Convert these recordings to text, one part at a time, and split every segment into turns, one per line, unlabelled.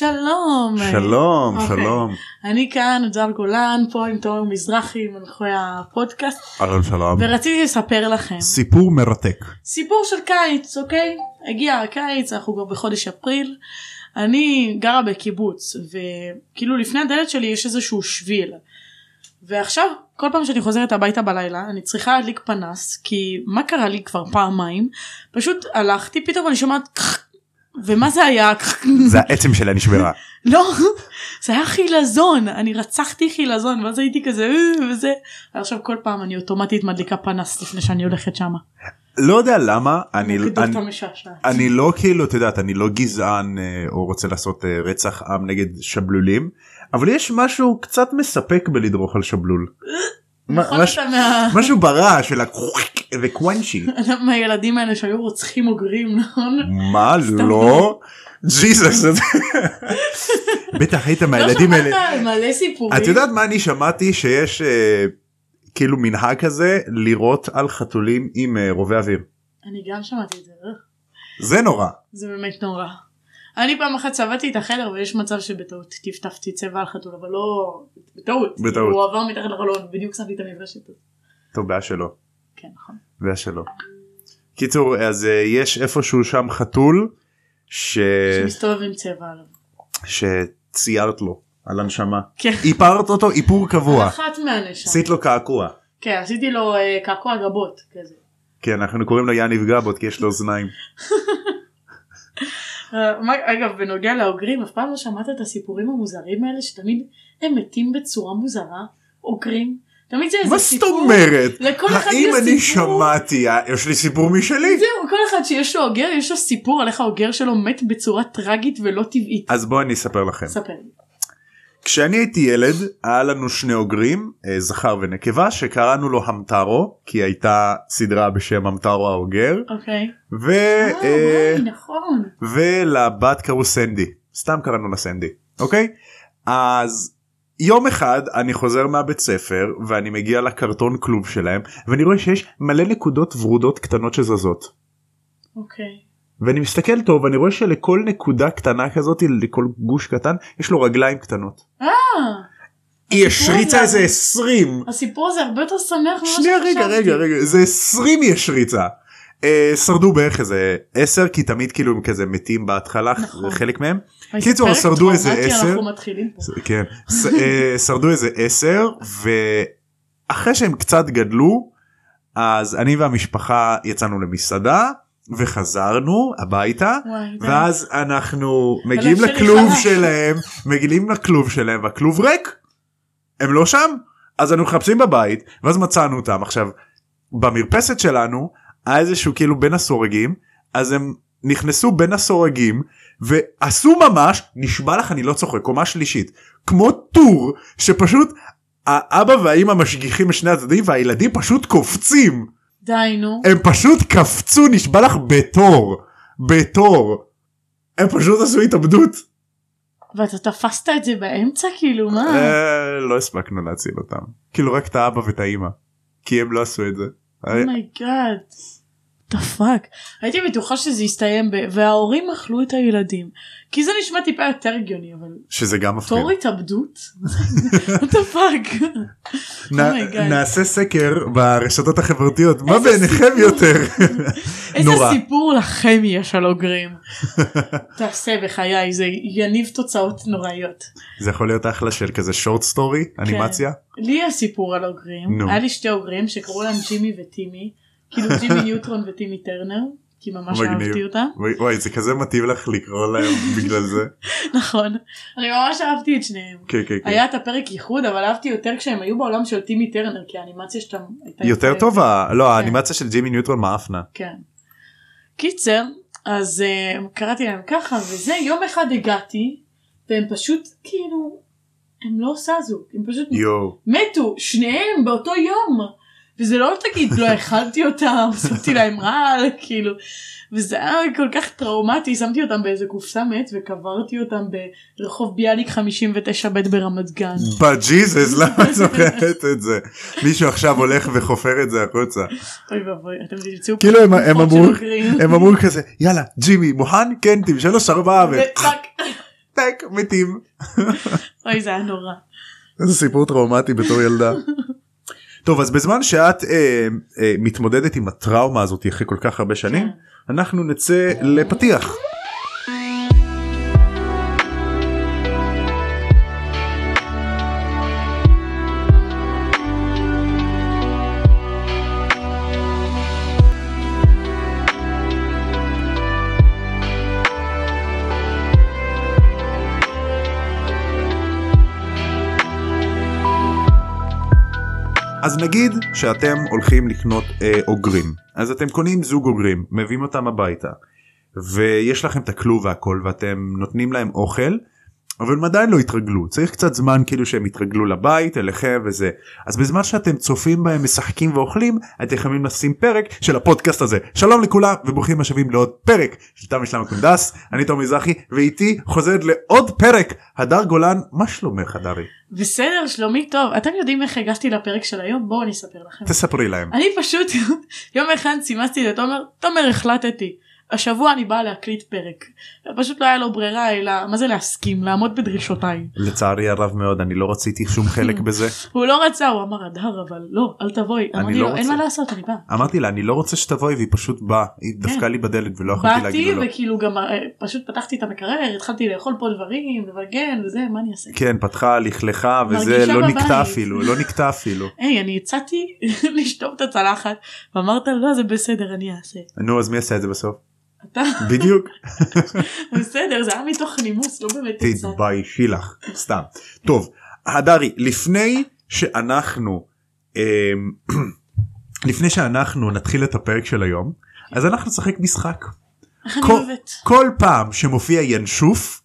שלום.
שלום,
אוקיי.
שלום.
אני כאן, ג'אר גולן, פה עם תומר מזרחי, מנחי הפודקאסט,
אהלן שלום.
ורציתי לספר לכם
סיפור מרתק.
סיפור של קיץ, אוקיי? הגיע הקיץ, אנחנו כבר בחודש אפריל. אני גרה בקיבוץ, וכאילו לפני הדלת שלי יש איזשהו שביל. ועכשיו, כל פעם שאני חוזרת הביתה בלילה, אני צריכה להדליק פנס, כי מה קרה לי כבר פעמיים? פשוט הלכתי, פתאום אני שומעת... קרק, ומה זה היה? קרק?
זה העצם שלה נשברה.
לא, זה היה חילזון, אני רצחתי חילזון, ואז הייתי כזה, "אה", וזה, עכשיו כל פעם אני אוטומטית מדליקה פנס לפני שאני הולכת שמה.
לא יודע למה, אני, אני,
נקודות המשעשעת.
אני לא כאילו, את יודעת, אני לא גזען אה, או רוצה לעשות אה, רצח עם נגד שבלולים, אבל יש משהו קצת מספק בלדרוך על שבלול. מה-
נכון
מש-
אתה מה-
משהו ברע של הקוויק וקוונצ'י.
מהילדים האלה שהיו רוצחים אוגרים, נכון?
מה לא? ג'יזוס. בטח היית מהילדים
לא
האלה.
שמעת על מלא סיפורים.
את יודעת מה אני שמעתי שיש אה, כאילו מנהג כזה לירות על חתולים עם אה, רובי אוויר.
אני גם שמעתי את זה, אה?
זה נורא.
זה באמת נורא. אני פעם אחת צבעתי את החדר ויש מצב שבטעות טפטפתי צבע על חתול, אבל לא... בטעות.
בטעות.
כאילו, הוא עבר מתחת לחלון, בדיוק שמתי את המברשת. הזאת.
טוב בעיה שלו.
כן, נכון.
בעיה שלו. קיצור אז אה, יש איפשהו שם חתול ש...
שמסתובב עם צבע עליו.
שציירת לו על הנשמה.
כן. נכון.
איפרת אותו איפור קבוע.
אחת מהנשם.
עשית לו קעקוע.
כן, עשיתי לו אה, קעקוע גבות כזה.
כן אנחנו קוראים לו יניב גבות כי יש לו אוזניים.
אה, מה- אגב, בנוגע לאוגרים, אף פעם לא שמעת את הסיפורים המוזרים האלה שתמיד הם מתים בצורה מוזרה? אוגרים? תמיד זה איזה
מה זאת
סיפור.
אומרת?
לכל אחד
האם
יש
אני
סיפור.
שמעתי? אה, יש לי סיפור משלי.
זהו, כל אחד שיש לו אוגר, יש לו סיפור על איך האוגר שלו מת בצורה טרגית ולא טבעית.
אז בואו אני אספר לכם.
ספר לי.
כשאני הייתי ילד היה לנו שני אוגרים אה, זכר ונקבה שקראנו לו המטרו כי הייתה סדרה בשם המטרו האוגר
אוקיי.
ו...
אה,
אה,
וואי, נכון.
ולבת קראו סנדי סתם קראנו לה סנדי אוקיי אז יום אחד אני חוזר מהבית ספר ואני מגיע לקרטון כלוב שלהם ואני רואה שיש מלא נקודות ורודות קטנות שזזות
אוקיי.
ואני מסתכל טוב ואני רואה שלכל נקודה קטנה כזאת לכל גוש קטן יש לו רגליים קטנות.
אה,
היא
הסיפור
השריצה
הזה-
איזה 20
הסיפור הזה הרבה יותר שמח ממה שחשבתי.
שנייה רגע רגע רגע זה 20 יש ריצה. אה, שרדו בערך איזה 10 כי תמיד כאילו הם כזה מתים בהתחלה
נכון.
חלק מהם.
איזה
קיצור,
פרק
שרדו איזה
טראומטי
עשר.
אנחנו מתחילים פה.
ס- כן. ס- אה, שרדו איזה 10 ואחרי שהם קצת גדלו אז אני והמשפחה יצאנו למסעדה וחזרנו הביתה.
וואי, די.
ואז אנחנו מגיעים
הלב שלי
לכלוב
חלש.
שלהם מגיעים לכלוב שלהם והכלוב ריק. הם לא שם אז אנחנו מחפשים בבית ואז מצאנו אותם עכשיו במרפסת שלנו היה איזשהו כאילו בין הסורגים אז הם נכנסו בין הסורגים ועשו ממש נשבע לך אני לא צוחק קומה שלישית כמו טור שפשוט האבא והאימא משגיחים משני הצדדים והילדים פשוט קופצים
די נו.
הם פשוט קפצו נשבע לך בתור בתור הם פשוט עשו התאבדות
ואתה תפסת את זה באמצע כאילו מה?
אה, לא הספקנו להציל אותם כאילו רק את האבא ואת האימא כי הם לא עשו את זה.
Oh
אה,
אומייגאד. דה פאק. הייתי בטוחה שזה יסתיים ב... וההורים אכלו את הילדים. כי זה נשמע טיפה יותר הגיוני אבל
שזה גם מפחיד.
תור התאבדות? דה פאק.
נ-
אומייגאד.
נעשה סקר ברשתות החברתיות מה
Oh איזה
בעיניכם
סיפור.
יותר
איזה
נורא.
סיפור לכם יש על אוגרים. תעשה בחיי זה יניב תוצאות נוראיות.
זה יכול להיות אחלה של כזה שורט סטורי
כן.
אנימציה
לי הסיפור על אוגרים.
נו.
היה לי שתי אוגרים שקראו להם ג'ימי וטימי. כאילו ג'ימי ניוטרון וטימי טרנר. כי ממש
מגניב.
אהבתי אותם.
וואי, וואי זה כזה מתאים לך לקרוא להם בגלל זה
נכון. אני ממש אהבתי את שניהם.
כן כן כן
היה את הפרק ייחוד אבל אהבתי יותר כשהם היו בעולם של טימי טרנר כי האנימציה שאתה הייתה
יותר טובה לא האנימציה של ג'ימי ניוטרון מאפנה
כן. קיצר אז uh, קראתי להם ככה וזה יום אחד הגעתי והם פשוט כאילו הם לא זזו הם פשוט
יואו.
מתו שניהם באותו יום וזה לא תגיד לא האכלתי אותם שמתי להם רעל כאילו וזה היה כל כך טראומטי שמתי אותם באיזה קופסה מת וקברתי אותם ברחוב ביאליק 59 ב' ברמת גן.
Mm. בג'יזוס למה את זוכרת את זה מישהו עכשיו הולך וחופר את זה החוצה
אוי ואבוי אתם תמצאו
כאילו הם-
פחות
הם
של
אמרו
אוגרים.
הם אמרו כזה יאללה ג'ימי מוכן כן תמשל לו שרבעה ו...
וטאק.
טק, מתים.
אוי זה היה נורא.
איזה סיפור טראומטי בתור ילדה. טוב אז בזמן שאת אה, אה, מתמודדת עם הטראומה הזאת אחרי כל כך הרבה שנים אנחנו נצא לפתיח. אז נגיד שאתם הולכים לקנות אה, אוגרים אז אתם קונים זוג אוגרים מביאים אותם הביתה ויש לכם את הכלוב והכל ואתם נותנים להם אוכל אבל הם עדיין לא התרגלו צריך קצת זמן כאילו שהם יתרגלו לבית אליכם וזה אז בזמן שאתם צופים בהם משחקים ואוכלים אתם יכולים לשים פרק של הפודקאסט הזה שלום לכולם וברוכים השבים לעוד פרק של תם ושלמה קונדס אני תום מזרחי ואיתי חוזרת לעוד פרק הדר גולן מה שלומך הדרי
בסדר שלומי טוב אתם יודעים איך הגעתי לפרק של היום בואו אני אספר לכם.
תספרי להם
אני פשוט יום אחד סימסתי לתומר תומר החלטתי השבוע אני באה להקליט פרק פשוט לא היה לו ברירה אלא מה זה להסכים לעמוד בדרישותיי
לצערי הרב מאוד אני לא רציתי שום חלק בזה
הוא לא רצה הוא אמר הדר אבל לא אל תבואי
אני
אמרתי
לא
לו אין
רוצה."
מה לעשות אני באה.
אמרתי לה אני לא רוצה שתבואי והיא פשוט באה היא דפקה לי בדלת ולא יכולתי להגיד
באתי
לה לא.
וכאילו גם אה, פשוט פתחתי את המקרר התחלתי לאכול פה דברים לבגן וזה מה אני אעשה.
כן פתחה לכלכה וזה
מרגישה
לא
בבית.
נקטע אפילו לא נקטע אפילו
היי אני הצעתי לשטוף את הצלחת ואמרת לא זה בסדר אני אעשה.
נו אז מי עשה את זה בסוף
אתה
בדיוק
בסדר זה היה מתוך נימוס לא באמת הצעתי.
תתביישי לך סתם טוב הדרי לפני שאנחנו אמ, לפני שאנחנו נתחיל את הפרק של היום אז אנחנו נשחק משחק
איך אני
כל-
אוהבת.
כל פעם שמופיע ינשוף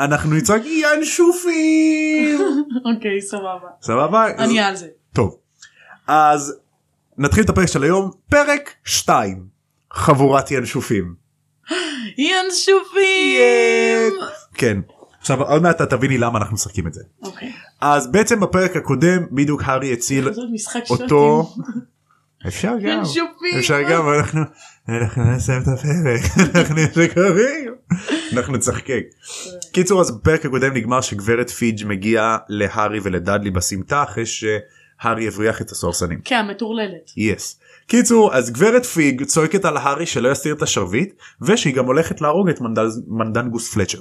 אנחנו נצעק ינשופים
אוקיי סבבה.
סבבה אז-
אני על זה.
טוב אז נתחיל את הפרק של היום פרק 2 חבורת ינשופים
ינשופים!
כן עכשיו עוד מעט את תביני למה אנחנו משחקים את זה
אוקיי.
אז בעצם בפרק הקודם בדיוק הארי הציל
זה עוד משחק
כאילו, אותו
שוטים.
אפשר גם
ינשופים!
אפשר גם אנחנו אנחנו נסיים את הפרק אנחנו שקרים אנחנו נצחקק. קיצור אז בפרק הקודם נגמר שגברת פיג' מגיעה להארי ולדדלי בסמטה אחרי שהארי הבריח את הסוהרסנים.
כן המטורללת.
יס. קיצור אז גברת פיג צועקת על הארי שלא יסתיר את השרביט ושהיא גם הולכת להרוג את מנדז- מנדנגוס פלצ'ר.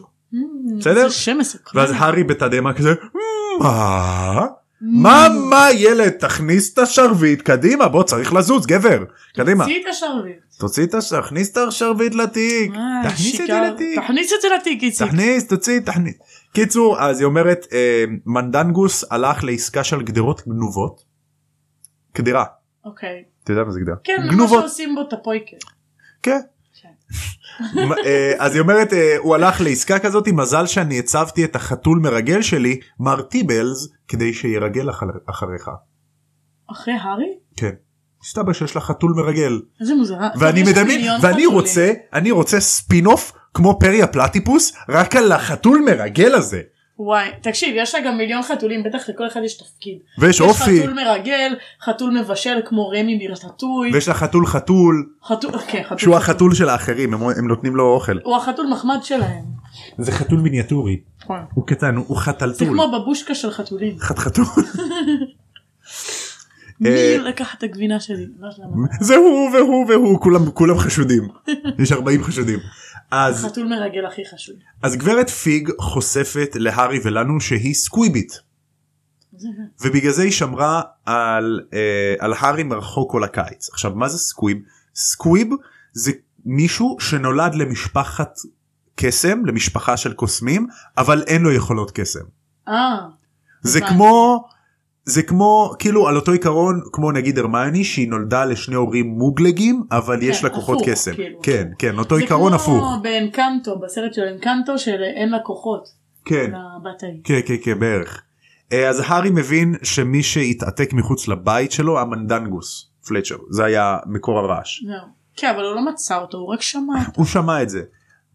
בסדר?
Mm, זה שם מסקרן.
ואז הארי בתדהמה כזה מה?
Mm.
מה מה ילד תכניס את השרביט קדימה בוא צריך לזוז גבר קדימה
תוציא את השרביט.
תוציא את השרביט תכניס את השרביט לתיק
אה,
תכניס את זה
שיקר.
לתיק
תכניס את זה לתיק איציק.
תכניס תוציא תכניס. קיצור אז היא אומרת אה, מנדנגוס הלך לעסקה של גדרות גנובות. קדירה.
אוקיי.
אתה יודע מה זה גדרה?
כן מה
גנובות.
שעושים בו את הפויקר.
כן. אה, אז היא אומרת אה, הוא הלך לעסקה כזאת מזל שאני הצבתי את החתול מרגל שלי מר טיבלס כדי שירגל אחר- אחריך.
אחרי הארי?
כן. מסתבר שיש לה חתול מרגל
איזה מוזרה.
ואני
יש לך
מדמיין
מיליון
ואני
חתולים.
רוצה אני רוצה ספין אוף כמו פרי הפלטיפוס רק על החתול מרגל הזה
וואי תקשיב יש לה גם מיליון חתולים בטח לכל אחד יש תפקיד.
ויש
יש
אופי
חתול מרגל חתול מבשל כמו רמי מרטטוי.
ויש לה חתול חתול
חתול כן חתול.
שהוא החתול של האחרים הם, הם נותנים לו אוכל
הוא החתול מחמד שלהם. נכון.
זה חתול מיניאטורי הוא קטן הוא, הוא
זה
חתלתול
כמו בבושקה של חתולים.
חתחתול אה,
מי לקח את הגבינה שלי? לא יודעת למה.
זה הוא והוא והוא כולם כולם חשודים יש 40 חשודים אז
חתול מרגל הכי חשוב.
אז גברת פיג חושפת להארי ולנו שהיא סקוויבית
זה-
ובגלל זה היא שמרה על, אה, על הארי מרחוק כל הקיץ. עכשיו מה זה סקוויב? סקוויב זה מישהו שנולד למשפחת קסם, למשפחה של קוסמים, אבל אין לו יכולות קסם.
אה,
זה
הבנתי.
כמו, זה כמו, כאילו על אותו עיקרון, כמו נגיד הרמיוני שהיא נולדה לשני הורים מוגלגים, אבל יש לה
הפוך,
כוחות קסם.
כאילו.
כן, כן, אותו
זה
עיקרון הפוך.
כמו באנקנטו, בסרט של אנקנטו של אין לה כוחות.
כן.
לבת ההיא.
כן כן כן בערך. אה, אז הארי מבין שמי שהתעתק מחוץ לבית שלו המנדנגוס פלצ'ר זה היה מקור הרעש.
זהו. כן, אבל הוא לא מצא אותו, הוא רק שמע.
הוא שמע את זה.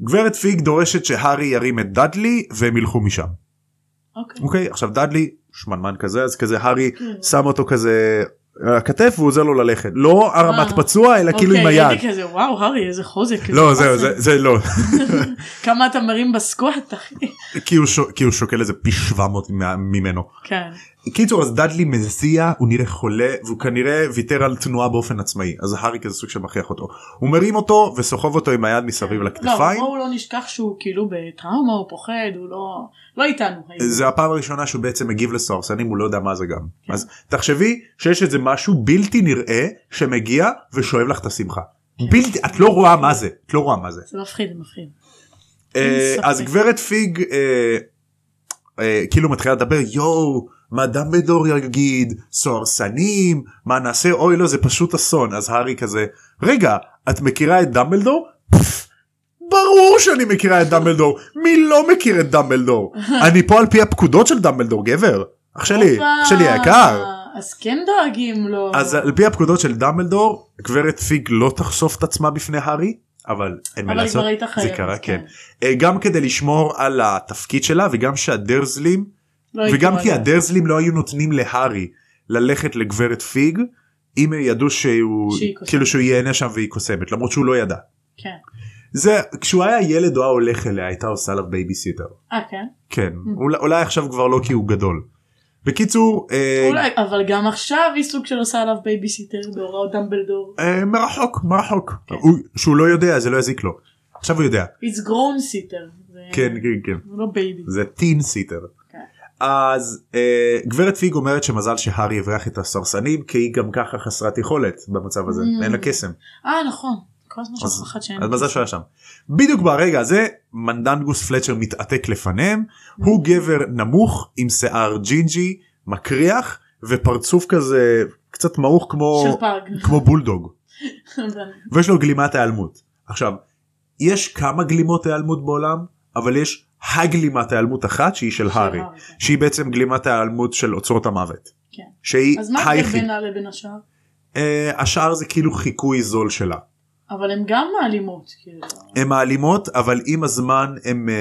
גברת פיג דורשת שהארי ירים את דאדלי והם ילכו משם.
אוקיי.
אוקיי עכשיו דאדלי שמנמן כזה אז כזה הארי
כן.
שם אותו כזה הכתף והוא עוזר לו ללכת לא הרמת
אה.
פצוע אלא כאילו עם
אוקיי,
היד.
הייתי כזה וואו הארי איזה חוזק.
לא
איזה
זהו
חוזק."
זה- זה לא
כמה אתה מרים בסקואט אחי.
כי הוא שו- כי הוא שוקל איזה פי 700 מה- ממנו.
כן.
קיצור אז דאדלי מזיע הוא נראה חולה והוא כנראה ויתר על תנועה באופן עצמאי אז הארי כזה סוג שמכריח אותו הוא מרים אותו וסוחב אותו עם היד מסביב
לא, אבל
לכתפיים
בואו לא נשכח שהוא כאילו בטראומה הוא פוחד הוא לא לא איתנו. היום.
זה הפעם הראשונה שהוא בעצם מגיב לסוהרסנים הוא לא יודע מה זה גם אז תחשבי שיש איזה משהו בלתי נראה שמגיע ושואב לך את השמחה. בלתי את לא רואה מה זה את לא רואה מה זה
זה מפחיד זה מפחיד.
אה,
ספק.
אז גברת פיג אה, אה, כאילו מתחילה לדבר יואו מה דמבלדור יגיד סוהרסנים מה נעשה אוי לא זה פשוט אסון אז הארי כזה רגע את מכירה את דמבלדור? פפ, ברור שאני מכירה את דמבלדור מי לא מכיר את דמבלדור אני פה על פי הפקודות של דמבלדור גבר אח שלי
הופה,
אח שלי היקר
אז כן דואגים לו.
אז על פי הפקודות של דמבלדור גברת פיג לא תחשוף את עצמה בפני הארי אבל אין מה
אבל
לעשות
כבר היית חייבת.
זה קרה כן. אה, גם כדי לשמור על התפקיד שלה וגם שהדרזלים
לא הייתי
וגם כי
רואה.
הדרזלים לא היו נותנים להארי ללכת לגברת פיג אם ידעו שהוא
שהיא קוסמת.
כאילו שהוא ייהנה שם והיא קוסמת למרות שהוא לא ידע.
כן.
זה כשהוא היה ילד הוא היה הולך אליה הייתה עושה עליו בייביסיטר.
אה כן.
כן אולי, אולי עכשיו כבר לא כי הוא גדול. בקיצור אה,
אולי אבל גם עכשיו היא סוג של עושה עליו בייביסיטר בהוראות דמבלדור.
אה, מרחוק מרחוק
כן.
הוא, שהוא לא יודע זה לא יזיק לו. עכשיו הוא יודע.
It's grown sitter. זה-
כן כן כן.
זה לא בייבי.
זה טין סיטר.
כן.
אז אה, גברת פיג אומרת שמזל שהארי הבריח את הסרסנים כי היא גם ככה חסרת יכולת במצב הזה
Mm.
אין לה קסם
אה נכון. כל הזמן
אז-
שכחת אחד שאין.
אז מזל שהוא היה שם. בדיוק ברגע הזה מנדנגוס פלצ'ר מתעתק לפניהם
Mm.
הוא גבר נמוך עם שיער ג'ינג'י מקריח ופרצוף כזה קצת מעוך כמו
של פג.
כמו בולדוג ויש לו גלימת היעלמות עכשיו יש כמה גלימות היעלמות בעולם אבל יש הגלימת היעלמות אחת שהיא של הארי.
כן.
שהיא בעצם גלימת ההיעלמות של אוצרות המוות.
כן.
שהיא
אז מה ההבדל
היחיד.
בינה לבין השאר?
אה, השאר זה כאילו חיקוי זול שלה.
אבל הם גם מעלימות. כאילו.
הן מעלימות אבל עם הזמן הן אה,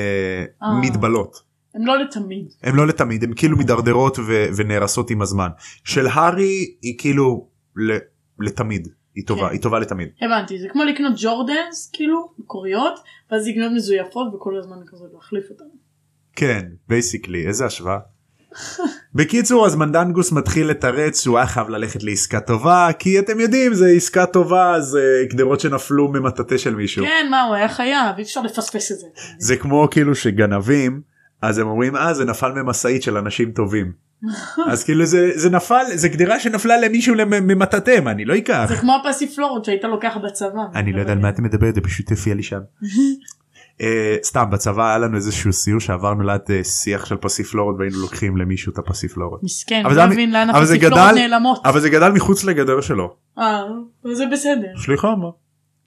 אה.
מתבלות.
הם לא לתמיד.
הן לא לתמיד הן כאילו מידרדרות ו- ונהרסות עם הזמן. של הארי היא כאילו ל- לתמיד. היא טובה,
כן.
היא טובה לתמיד.
הבנתי זה כמו לקנות ג'ורדנס כאילו מקוריות ואז לקנות מזויפות וכל הזמן כזה להחליף אותן.
כן, בייסיקלי, איזה השוואה. בקיצור אז מנדנגוס מתחיל לתרץ שהוא היה חייב ללכת לעסקה טובה כי אתם יודעים זה עסקה טובה זה גדרות שנפלו ממטאטה של מישהו.
כן מה הוא היה חייב אי אפשר לפספס את זה.
זה כמו כאילו שגנבים אז הם אומרים אה זה נפל ממשאית של אנשים טובים אז כאילו זה זה נפל זה גדרה שנפלה למישהו למ- ממטאטם אני לא אקח
זה כמו הפסיפלורות שהיית לוקח בצבא.
אני לא יודע על מה אתם מדבר זה פשוט הופיע לי שם. אה, סתם בצבא היה לנו איזשהו סיור שעברנו ליד אה, שיח של פסיפלורות והיינו לוקחים למישהו את הפסיפלורות
מסכן
אבל
אני
זה
לא
המ-
מבין לאן
אבל זה
הפסיפלורות
גדל-
נעלמות.
אבל זה גדל מחוץ לגדר שלו
אה זה בסדר.
סליחה מה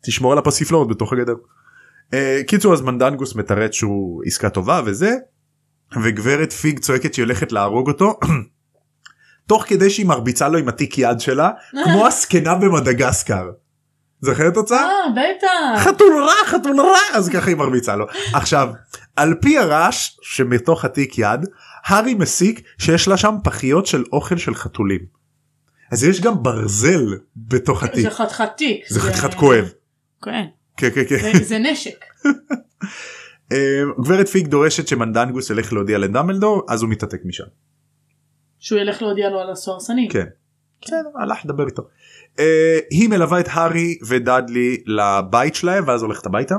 תשמור על הפסיפלורות בתוך הגדר. אה, קיצור אז מנדנגוס מתרץ שהוא עסקה טובה וזה וגברת פיג צועקת שהיא הולכת להרוג אותו תוך כדי שהיא מרביצה לו עם התיק יד שלה כמו הזקנה במדגסקר. זוכרת אותה?
אה בטח.
חתול רע חתול רע אז ככה היא מרביצה לו. עכשיו על פי הרעש שמתוך התיק יד הארי מסיק שיש לה שם פחיות של אוכל של חתולים. אז יש גם ברזל בתוך
כן, זה
התיק.
חתיכת תיק.
זה חתיכת כואב.
כן.
כן כן כן.
זה- זה נשק.
אה, גברת פיג דורשת שמנדנגוס ילך להודיע לדמבלדור אז הוא מתעתק משם.
שהוא ילך להודיע לו על הסוהרסנים.
כן. בסדר, הלך לדבר איתו. אה, היא מלווה את הארי ודאדלי לבית שלהם ואז הולכת הביתה.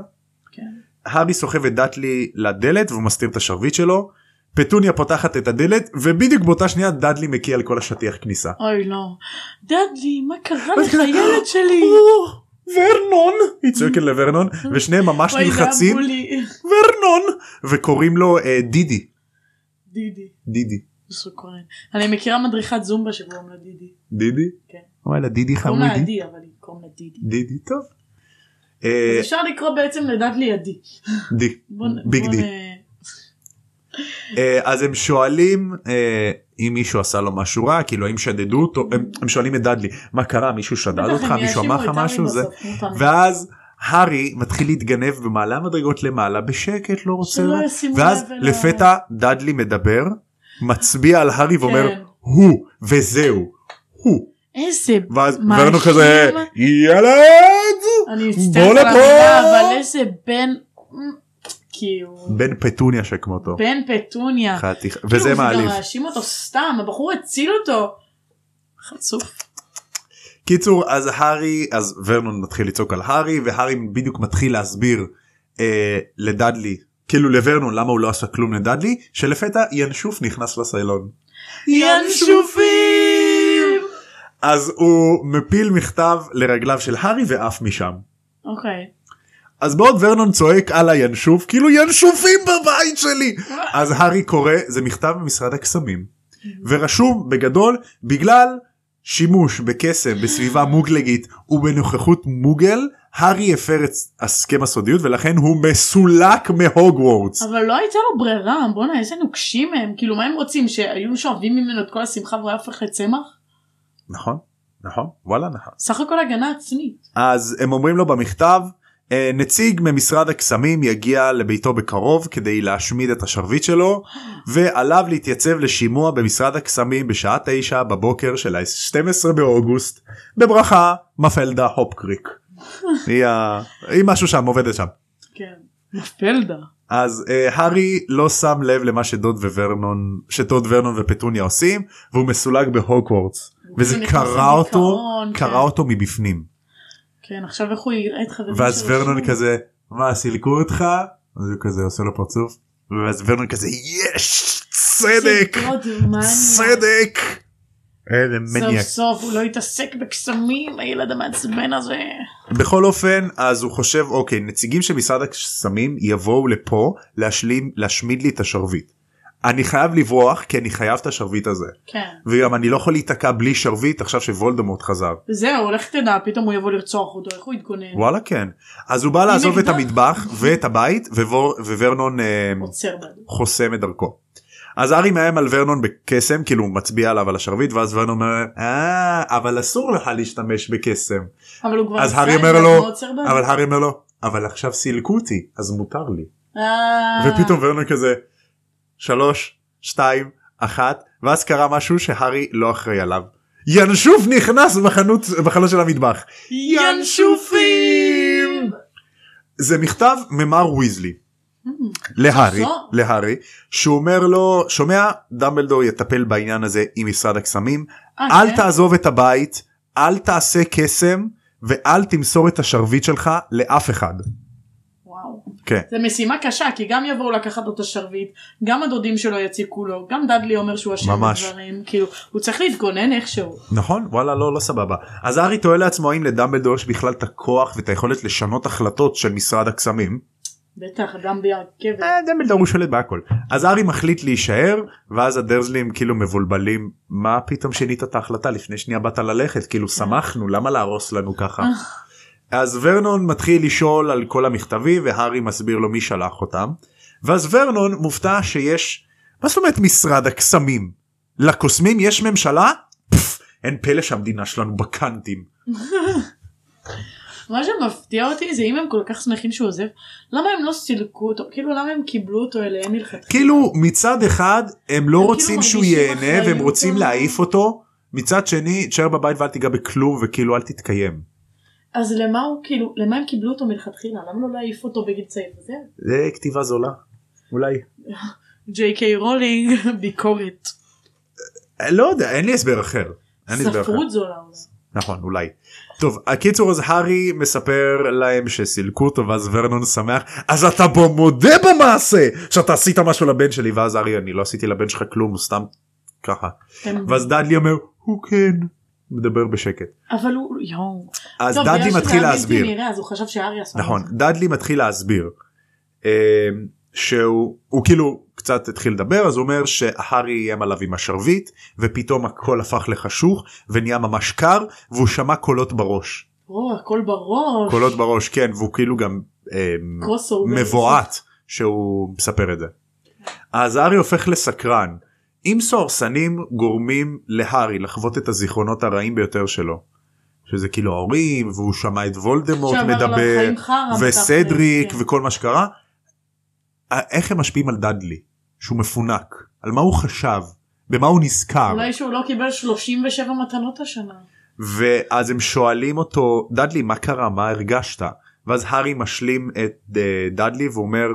כן.
הארי סוחב את דאדלי לדלת והוא מסתיר את השרביט שלו. פטוניה פותחת את הדלת ובדיוק באותה שנייה דאדלי מקיא על כל השטיח כניסה.
אוי לא. דדלי מה קרה לך
לא.
ילד שלי.
ורנון! היא צועקת לוורנון ושניהם ממש
אוי, זה היה
נלחצים
בולי.
ורנון וקוראים לו אה, דידי
דידי.
דידי
יוסו כהן. אני מכירה מדריכת זומבה שקוראים לה דידי.
דידי.
כן.
וואלה דידי
קוראים לה
חמודי.
עדי אבל היא קוראים לה דידי.
דידי טוב.
אז
אה,
אפשר לקרוא בעצם לדדלי עדי.
די.
בוא נ-
ביג
בוא
די.
נ-
אה, אז הם שואלים אה, אם מישהו עשה לו משהו רע כאילו האם שדדו אותו הם- הם שואלים את דאדלי מה קרה מישהו שדד
בטח
אותך
הם
מישהו אמר לך
יאשימו את הארי
משהו זה
בסוף, נו, פעם.
ואז הארי מתחיל להתגנב במעלה המדרגות למעלה בשקט לא רוצה
שלא
לה-
ישימו
ואז
לב אליו.
לפתע דאדלי מדבר מצביע על הארי ואומר
כן.
הוא וזהו הוא
איזה
ואז
מה,
ורנו
השם?
כזה ילד
אני
בוא
מצטער על
לפה!
המילה, אבל איזה בן כאילו
בן פטוניה שכמותו
בן פטוניה
חתיך-
כאילו,
וזה
הוא
מעליב
גם מאשים אותו סתם הבחור הציל אותו. חצוף.
קיצור אז הארי אז ורנון מתחיל לצעוק על הארי והארי בדיוק מתחיל להסביר אה, לדאדלי כאילו לוורנון למה הוא לא עשה כלום לדאדלי שלפתע ינשוף נכנס לסיילון.
ינשופים!
אז הוא מפיל מכתב לרגליו של הארי ועף משם.
אוקיי.
אז בעוד ורנון צועק על הינשוף כאילו ינשופים בבית שלי אז הארי קורא זה מכתב ממשרד הקסמים ורשום בגדול בגלל שימוש בקסם בסביבה מוגלגית ובנוכחות מוגל הארי הפר את הסכם הסודיות ולכן הוא מסולק מהוגוורטס.
אבל לא הייתה לו ברירה בואנה איזה נוקשים הם כאילו מה הם רוצים שהיו שואבים ממנו את כל השמחה והוא היה הופך לצמח?
נכון נכון וואלה נכון.
סך הכל הגנה עצמית.
אז הם אומרים לו במכתב "אה, נציג ממשרד הקסמים יגיע לביתו בקרוב כדי להשמיד את השרביט שלו ועליו להתייצב לשימוע במשרד הקסמים בשעה תשע בבוקר של ה-12 באוגוסט בברכה מפלדה הופקריק. היא, ה... היא משהו שם עובדת שם.
כן. מפלדה.
אז אה, הארי לא שם לב למה שדוד וורנון שדוד ורנון ופטוניה עושים והוא מסולק בהוקוורטס וזה
הוא נכנס
קרע אותו
לדיכאון, כן.
קרע אותו מבפנים.
כן עכשיו איך הוא יראה את חברים שלו.
ואז ורנון
שוב?
כזה מה סילקו אותך אז הוא כזה עושה לו פרצוף ואז ורנון כזה יש צדק
איזה גרודומניה.
צדק. איזה
סוף
מניאק.
סוף הוא לא התעסק בקסמים הילד המעצבן הזה.
בכל אופן אז הוא חושב אוקיי נציגים של משרד הקסמים יבואו לפה להשלים להשמיד לי את השרביט. אני חייב לברוח כי אני חייב את השרביט הזה
כן.
וגם אני לא יכול להיתקע בלי שרביט עכשיו שוולדמורט חזר.
וזהו לך תדע פתאום הוא יבוא לרצוח אותו איך הוא יתגונן.
וואלה כן אז הוא בא לעזוב את
נגדו.
המטבח ואת הבית ובור- וורנון אה,
עוצר בעדו.
חוסם את דרכו. אז הארי מאיים על ורנון בקסם כאילו הוא מצביע עליו על השרביט ואז ורנון אומר אה, אבל אסור לך להשתמש בקסם
אבל הוא כבר
אז
עשה
הארי
את זה,
אומר
אז
לו,
הוא עוצר בעדו.
אבל הארי אומר לו אבל עכשיו סילקו אותי אז מותר לי
אה.
ופתאום ורנון כזה שלוש שתיים אחת ואז קרה משהו שהארי לא אחראי עליו. ינשוף נכנס בחנות בחלון של המטבח ינשופים! זה מכתב ממר ויזלי להארי,
זו-
להארי, שהוא אומר לו, שומע, דמבלדור יטפל בעניין הזה עם משרד הקסמים,
אה,
אל
כן?
תעזוב את הבית, אל תעשה קסם, ואל תמסור את השרביט שלך לאף אחד.
וואו.
כן.
זה משימה קשה כי גם יבואו לקחת לו את השרביט גם הדודים שלו יציקו לו גם דדלי אומר שהוא אשם
ממש.
בדברים כאילו הוא צריך להתגונן איכשהו.
נכון? וואלה, לא, לא סבבה. אז הארי תוהה לעצמו האם לדמבלדור יש בכלל את הכוח ואת היכולת לשנות החלטות של משרד הקסמים.
בטח גם ברכבת.
אה, דמבלדור הוא שולט בהכל. אז הארי מחליט להישאר, ואז הדרזלים כאילו מבולבלים, מה פתאום שינית את ההחלטה לפני שנייה באת ללכת, כאילו שמחנו, למה להרוס לנו ככה? אז ורנון מתחיל לשאול על כל המכתבים והארי מסביר לו מי שלח אותם ואז ורנון מופתע שיש מה זאת אומרת משרד הקסמים לקוסמים יש ממשלה פף, אין פלא שהמדינה שלנו בקאנטים
מה שמפתיע אותי זה אם הם כל כך שמחים שהוא עוזב למה הם לא סילקו אותו כאילו למה הם קיבלו אותו אליהם מלכתחילה.
כאילו מצד אחד הם לא
כאילו
רוצים שהוא
מרגישים
ייהנה והם
אחריות
רוצים
על-
להעיף אותו מצד שני תשאר בבית ואל תיגע בכלום וכאילו אל תתקיים
אז למה הוא כאילו למה הם קיבלו אותו מלכתחילה למה לא להעיף אותו בגיל צעיר זה
זה כתיבה זולה אולי
ג'יי קיי רולינג ביקורת
אה, לא יודע אין לי הסבר אחר. אין לי הסבר אחר.
ספרות זולה אולי.
נכון אולי. טוב הקיצור אז הארי מספר להם שסילקו אותו ואז ורנון שמח אז אתה בו מודה במעשה שאתה עשית משהו לבן שלי ואז הארי אני לא עשיתי לבן שלך כלום הוא סתם ככה
הם-
ואז דאדלי אומר הוא כן מדבר בשקט
אבל הוא יואו.
אז
טוב, בגלל
דאדלי
שזה
מתחיל
היה בלתי
להסביר
נראה, אז הוא חשב שארי עשה
נכון
את זה.
דאדלי מתחיל להסביר אמ, שהוא הוא כאילו קצת התחיל לדבר אז הוא אומר שהארי איים עליו עם השרביט ופתאום הכל הפך לחשוך ונהיה ממש קר והוא שמע קולות בראש.
או הכל בראש.
קולות בראש כן והוא כאילו גם אה,
קרוס אובר.
מבועת שהוא מספר את זה. אז הארי הופך לסקרן. אם סוהרסנים גורמים להארי לחוות את הזיכרונות הרעים ביותר שלו. שזה כאילו ההורים והוא שמע את וולדמורט
שעבר עליו
מדבר
חיים חרא,
וסדריק
בתכלס, כן.
וכל מה שקרה. אה, איך הם משפיעים על דאדלי שהוא מפונק על מה הוא חשב במה הוא נזכר
אולי שהוא לא קיבל 37 מתנות השנה.
ואז הם שואלים אותו דדלי מה קרה מה הרגשת ואז הארי משלים את אה, דדלי ואומר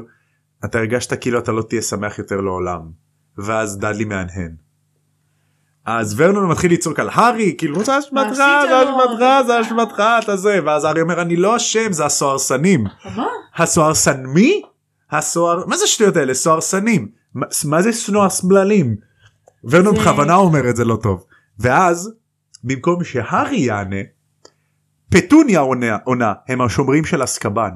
אתה הרגשת כאילו אתה לא תהיה שמח יותר לעולם ואז דדלי מהנהן. אז ורנון מתחיל לצעוק על הארי כאילו זה אשמתך
מה עשית
זה
לו?"
אשמתך זה אשמתך אתה זה ואז הארי אומר אני לא אשם זה הסוהרסנים.
מה?
הסוהרסן מי? הסוהר מה זה השטויות האלה סוהרסנים מה, מה זה סנוע סמללים. ורנון
זה-
בכוונה אומר את זה לא טוב ואז במקום שהארי יענה פטוניה עונה, עונה הם השומרים של אסקבן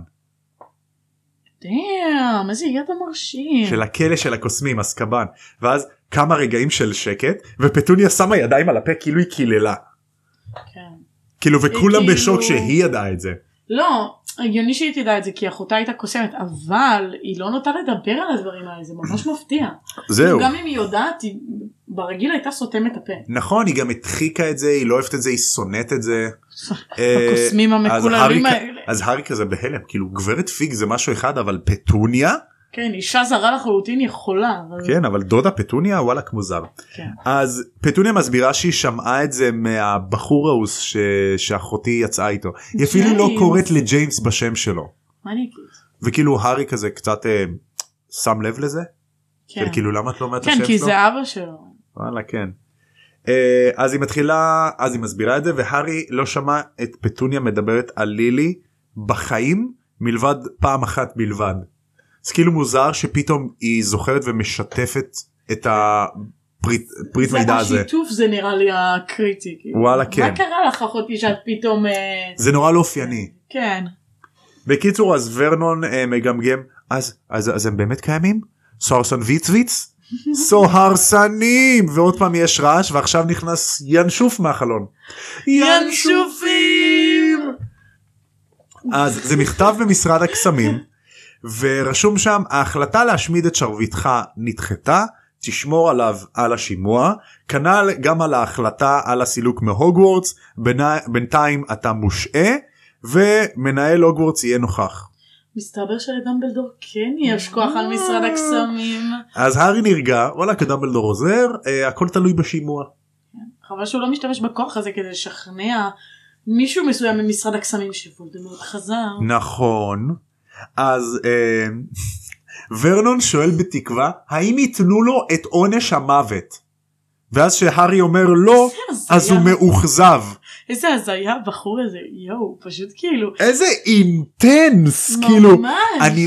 דאם, איזה ידע מרשים.
של הכלא של הקוסמים אסקבן ואז כמה רגעים של שקט ופטוניה שמה ידיים על הפה כאילו היא קיללה
כן.
כאילו וכולם
כאילו-
בשוק שהיא ידעה את זה
לא, הגיוני שהיא תדע את זה כי אחותה הייתה קוסמת, אבל היא לא נוטה לדבר על הדברים האלה, זה ממש מפתיע.
זהו
גם אם היא יודעת, היא ברגיל הייתה סותמת הפה.
נכון היא גם הדחיקה את זה היא לא אוהבת את זה היא שונאת את זה.
הקוסמים
אה, אז הארי
המקוללים
כ-
האלה.
אז הארי כזה בהלם כאילו גברת פיג זה משהו אחד אבל פטוניה
כן, אישה זרה לחלוטין יכולה. אבל-
כן אבל דודה פטוניה וואלכ מוזר
כן.
אז פטוניה מסבירה שהיא שמעה את זה מהבחור ההוא ש- שאחותי יצאה איתו היא אפילו לא
ג'יימס.
קוראת לג'יימס בשם שלו
מה אני אגיד?
וכאילו הארי כזה קצת אה, שם לב לזה
כן.
של כאילו למה את לא אומרת את השם
כן, כי
שלו
זה אבא שלו.
וואלה כן. אה, אז היא מתחילה אז היא מסבירה את זה והארי לא שמע את פטוניה מדברת על לילי בחיים מלבד פעם אחת בלבד. זה כאילו מוזר שפתאום היא זוכרת ומשתפת את הפריט פריט
זה
מידע הזה.
השיתוף זה נראה לי הקריטי. כאילו.
וואלה, כן.
מה קרה לך אחותי שאת פתאום... אה,
זה נורא לא אופייני.
כן.
בקיצור אז ורנון אה, מגמגם אז אז אז הם באמת קיימים? סוהרסן ויצוויץ? סוהרסנים ועוד פעם יש רעש ועכשיו נכנס ינשוף מהחלון.
ינשופים!
אז זה מכתב במשרד הקסמים ורשום שם ההחלטה להשמיד את שרביטך נדחתה תשמור עליו על השימוע כנ"ל גם על ההחלטה על הסילוק מהוגוורטס ביני- בינתיים אתה מושעה ומנהל הוגוורטס יהיה נוכח.
מסתבר שלדמבלדור כן יש כוח על משרד הקסמים.
אז הארי נרגע וואלה כדמבלדור עוזר אה, הכל תלוי בשימוע.
חבל שהוא לא משתמש בכוח הזה כדי לשכנע מישהו מסוים ממשרד הקסמים שוולדמורט חזר.
נכון אז אה, ורנון שואל בתקווה האם ייתנו לו את עונש המוות. ואז שהארי אומר לא
איזה
אז הוא
הזיה.
מאוכזב
איזה הזיה הבחור הזה, יואו, פשוט כאילו.
איזה אינטנס
ממש.
כאילו אני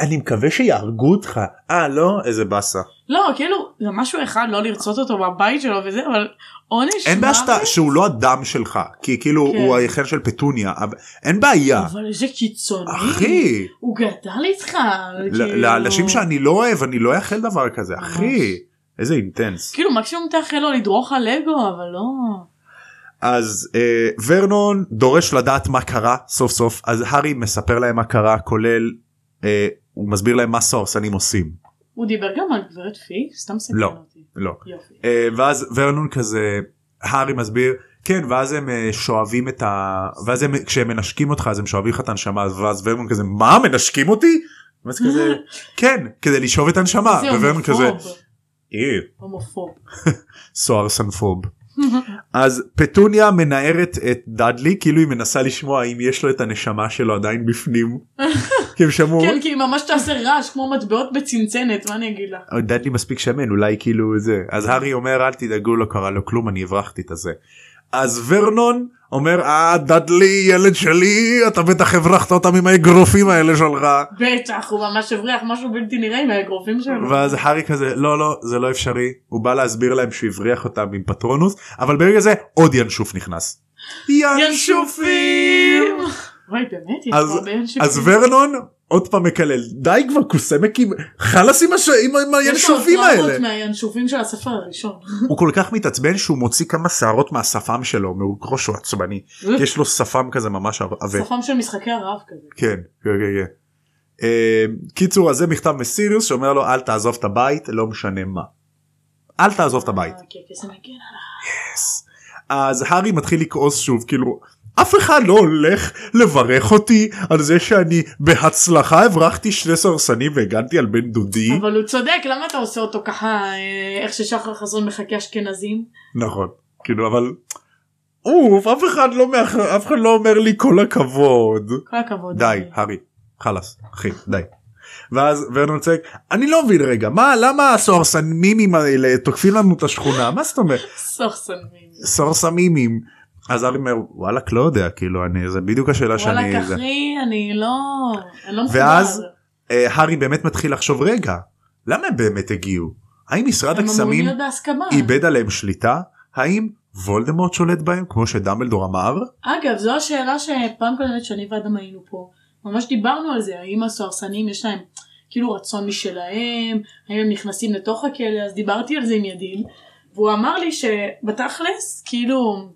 אני מקווה שיהרגו אותך אה לא איזה באסה
לא, כאילו, זה משהו אחד לא לרצות אותו בבית שלו וזה, אבל עונש
אין בעיה שאתה-
מוות?
שהוא לא הדם שלך כי כאילו
כן.
הוא היחל של פטוניה אבל- אין בעיה
אבל איזה קיצוני.
אחי
הוא גדל איתך.
ל-
כאילו.
לאנשים שאני לא אוהב אני לא אאחל דבר כזה אחי איזה אינטנס.
כאילו מקסימום תאחל לו לדרוך על לגו, אבל לא.
אז אה, ורנון דורש לדעת מה קרה סוף סוף אז הארי מספר להם מה קרה כולל אה, הוא מסביר להם מה סוהרסנים עושים
הוא דיבר גם על גברת פי? סתם סקרן
לא.
אותי.
לא
יופי.
אה, ואז ורנון כזה הארי מסביר כן ואז הם אה, שואבים את ה... ואז הם כשהם מנשקים אותך אז הם שואבים לך את הנשמה ואז ורנון כזה מה מנשקים אותי? ואז כזה כן כדי לשאוב את הנשמה
זה
וורנון כזה
הומופוב.
"אה,
הומופוב.
סוהרסנפוב. אז פטוניה מנערת את דאדלי כאילו היא מנסה לשמוע האם יש לו את הנשמה שלו עדיין בפנים. כי הם שמעו
כן, כי היא ממש תעשה רעש כמו מטבעות בצנצנת, מה אני אגיד לך?
"אה, דאדלי מספיק שמן אולי כאילו זה אז הארי אומר אל תדאגו לא קרה לו כלום אני הברחתי את הזה. אז ורנון אומר אה דאדלי ילד שלי אתה בטח הברחת אותם עם האגרופים האלה שלך.
בטח, הוא ממש הבריח משהו בלתי נראה עם האגרופים שלו.
ואז הארי כזה לא לא זה לא אפשרי הוא בא להסביר להם שהוא הבריח אותם עם פטרונוס אבל ברגע זה עוד ינשוף נכנס. ינשופים!
וואי, באמת, יש
אז-
פה הרבה ינשופים.
אז ורנון עוד פעם מקלל די כבר כוסמק עם חלאס עם, הש... עם, עם
יש לו
הינשופים
טראומות
האלה
מהינשופים של הספר הראשון.
הוא כל כך מתעצבן שהוא מוציא כמה שערות מהשפם שלו מראש שהוא עצבני יש לו שפם כזה ממש עבה
סופם של משחקי הרעב כזה.
כן כן כן. כן. אה, קיצור אז זה מכתב מסיריוס שאומר לו אל תעזוב את הבית לא משנה מה. אל תעזוב את הבית.
אה, כן, כי זה מגן עליו.
"יס". אז הארי מתחיל לכעוס שוב כאילו אף אחד לא הולך לברך אותי על זה שאני בהצלחה הברחתי שני סרסנים והגנתי על בן דודי
אבל הוא צודק, למה אתה עושה אותו ככה, אה, איך ששחר חסון מחכה אשכנזים?
נכון כאילו אבל אוף, אף אחד לא מאח- אף אחד לא אומר לי כל הכבוד.
כל הכבוד.
די הארי חלאס אחי די. ואז ורנון צועק אני לא מבין רגע מה למה הסוהרסמימים האלה תוקפים לנו את השכונה מה זאת אומרת
סוכסונים.
סוהרסמימים. אז הארי אומר וואלכ לא יודע כאילו אני זה בדיוק השאלה שאני
וואלה
זה.
כחרי אני לא... אני לא מחובר.
ואז אה, הארי באמת מתחיל לחשוב רגע למה הם באמת הגיעו האם משרד
הם אמורים
הקסמים
להיות בהסכמה.
איבד עליהם שליטה האם וולדמורט שולט בהם כמו שדמבלדור אמר
אגב, זו השאלה שפעם קודמת שאני ואדם היינו פה, ממש דיברנו על זה, האם הסוהרסנים יש להם כאילו רצון משלהם, האם הם נכנסים לתוך הכלא, אז דיברתי על זה עם ידיד, והוא אמר לי שבתכלס, כאילו,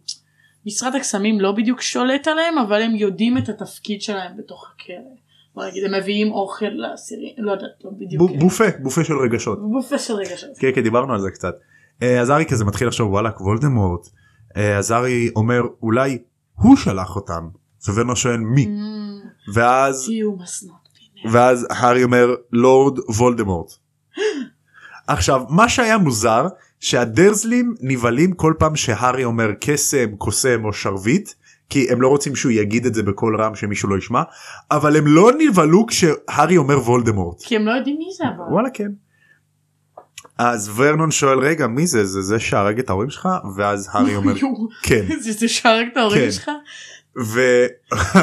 משרד הקסמים לא בדיוק שולט עליהם, אבל הם יודעים את התפקיד שלהם בתוך הכלא. בוא נגיד, הם מביאים אוכל לאסירים, לא יודעת, לא בדיוק.
ב- בופה בופה של רגשות.
בופה של רגשות.
כן כן דיברנו על זה קצת. אה, אז ארי כזה מתחיל לחשוב וואלכ וולדמורט. אה, אז ארי אומר אולי הוא שלח אותם. וורנר שואל מי
אמ,
ואז
כי הוא מסנות פינה.
ואז הארי אומר לורד וולדמורט. עכשיו מה שהיה מוזר שהדרזלים נבהלים כל פעם שהארי אומר קסם קוסם או שרביט כי הם לא רוצים שהוא יגיד את זה בקול רם שמישהו לא ישמע אבל הם לא נבהלו כשהארי אומר וולדמורט.
כי הם לא יודעים מי זה אבל.
וואלה כן. אז ורנון שואל רגע מי זה זה זה שהרג את ההורים שלך ואז הארי אומר כן
זה זה שרק את ההורים
כן.
שלך?
ו...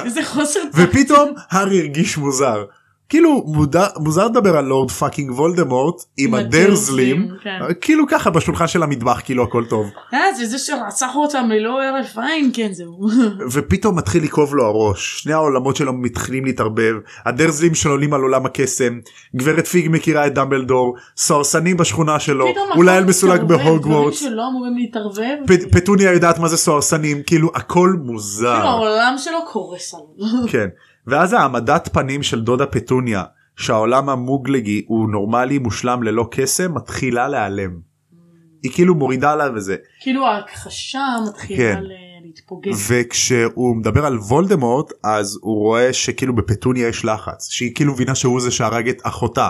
איזה חוסר
ופתאום הארי הרגיש מוזר כאילו מודע... מוזר לדבר על לורד פאקינג וולדמורט עם הדרזלים
כן.
כאילו ככה בשולחן של המטבח כאילו הכל טוב
אה, זה זה שרצח אותם ללא הרף עין, כן זהו.
ופתאום מתחיל לכאוב לו הראש שני העולמות שלו מתחילים להתערבב הדרזלים שעולים על עולם הקסם גברת פיג מכירה את דמבלדור סוהרסנים בשכונה שלו
פתאום הכל
לא, אולי אל מסולק
מתערבב,
בהוגוורטס.
דברים שלא אמורים להתערבב.
פ- אה. פטוניה יודעת מה זה סוהרסנים כאילו הכל
כאילו
מוזר
העולם שלו קורס עליו.
כן ואז העמדת פנים של דודה פטוניה שהעולם המוגלגי הוא נורמלי מושלם ללא קסם מתחילה להיעלם. היא כאילו מורידה עליו וזה
כאילו ההכחשה מתחילה
כן.
ל- להתפוגג.
וכשהוא מדבר על וולדמורט אז הוא רואה שכאילו בפטוניה יש לחץ שהיא כאילו מבינה שהוא זה שהרג את אחותה.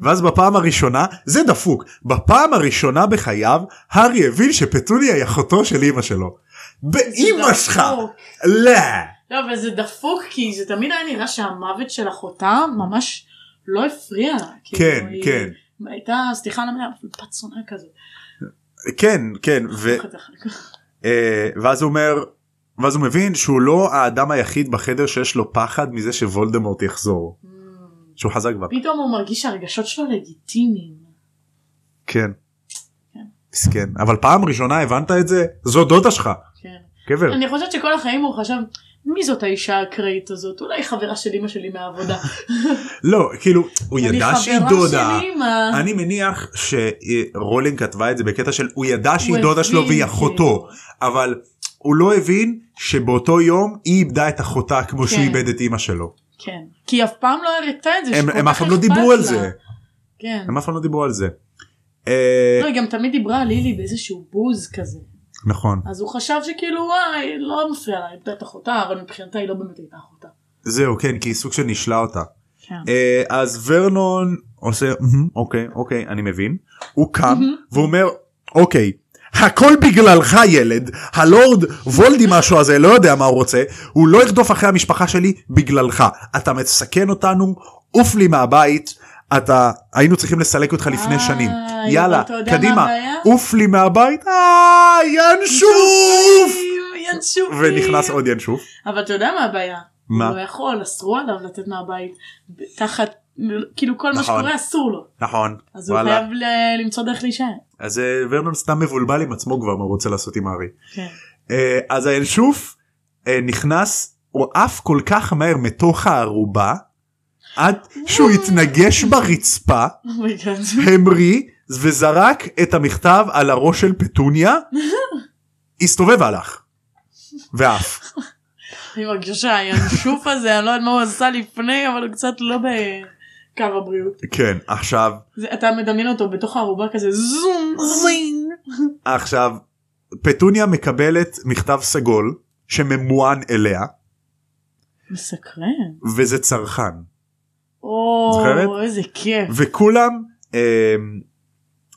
ואז בפעם הראשונה זה דפוק בפעם הראשונה בחייו הארי הבין שפטוניה היא אחותו של אמא שלו. באמא
זה
שלך!
דפוק.
לא!
לא, אבל זה דפוק כי זה תמיד היה נראה שהמוות של אחותה ממש לא הפריע לה. כאילו,
כן,
היא-
כן.
הייתה, סליחה על המילה, אבל בת שונאה כזאת.
כן כן ו, אה, ואז הוא אומר ואז הוא מבין שהוא לא האדם היחיד בחדר שיש לו פחד מזה שוולדמורט יחזור
Mm.
שהוא חזק כבר
פתאום הוא מרגיש שהרגשות שלו לגיטימיים.
כן.
כן.
מסכן אבל פעם ראשונה הבנת את זה זו דודה שלך
כן.
גבר
אני חושבת שכל החיים הוא חשב, מי זאת האישה האקראית הזאת? אולי חברה של אמא שלי מהעבודה.
לא כאילו הוא
אני
ידע שהיא
חברה
דודה.
של אמא.
אני מניח שרולינג כתבה את זה בקטע של הוא ידע שהיא
הוא
דודה
הבין,
שלו והיא
כאילו.
אחותו אבל הוא לא הבין שבאותו יום היא איבדה את אחותה כמו שהוא
כן.
איבד את אמא שלו.
כן. כי היא אף פעם לא הראתה את זה.
הם-
שכל
הם
כך
אף פעם לא
אכפת
דיברו על
לה.
זה.
כן.
הם אף פעם לא דיברו על זה. אה,
לא, היא גם תמיד דיברה על לילי באיזשהו בוז כזה.
נכון
אז הוא חשב שכאילו, וואי, לא מפריע לה, היא איבדה את אחותה, אבל מבחינתה היא לא באמת הייתה אחותה.
זהו כן כי היא סוג של נישלה אותה.
כן.
אה, אז ורנון עושה "מהמם, אוקיי אוקיי אני מבין הוא קם
מהמם.
והוא אומר אוקיי הכל בגללך ילד הלורד וולדי משהו הזה לא יודע מה הוא רוצה הוא לא ירדוף אחרי המשפחה שלי בגללך אתה מסכן אותנו עוף לי מהבית אתה היינו צריכים לסלק אותך לפני
אה,
שנים
אבל
יאללה
אתה יודע מה
קדימה
הבעיה?
עוף לי מהבית אה ינשוף
ינשופים.
ונכנס עוד ינשוף
אבל אתה יודע מה הבעיה?
מה?
הוא לא יכול, אסרו עליו לצאת מהבית. ב- תחת, כאילו כל מה
נכון.
שקורה אסור לו.
נכון
אז הוא חייב ל- למצוא דרך להישאר.
אז אה, ורנון סתם מבולבל עם עצמו כבר מה הוא רוצה לעשות עם הארי.
כן.
אה, אז הינשוף אה, נכנס הוא עף כל כך מהר מתוך הערובה עד שהוא
וואו.
התנגש ברצפה
אומייגאד.
המריא וזרק את המכתב על הראש של פטוניה הסתובב הלך. ואף
אני מרגישה שהינשוף הזה, אני לא יודעת מה הוא עשה לפני, אבל הוא קצת לא בקו הבריאות.
כן עכשיו
זה- אתה מדמיין אותו בתוך הערובה כזה זום.
זינג. עכשיו פטוניה מקבלת מכתב סגול שממוען אליה
מסקרן.
וזה צרכן
או,
זוכרת?
איזה כיף.
וכולם אה,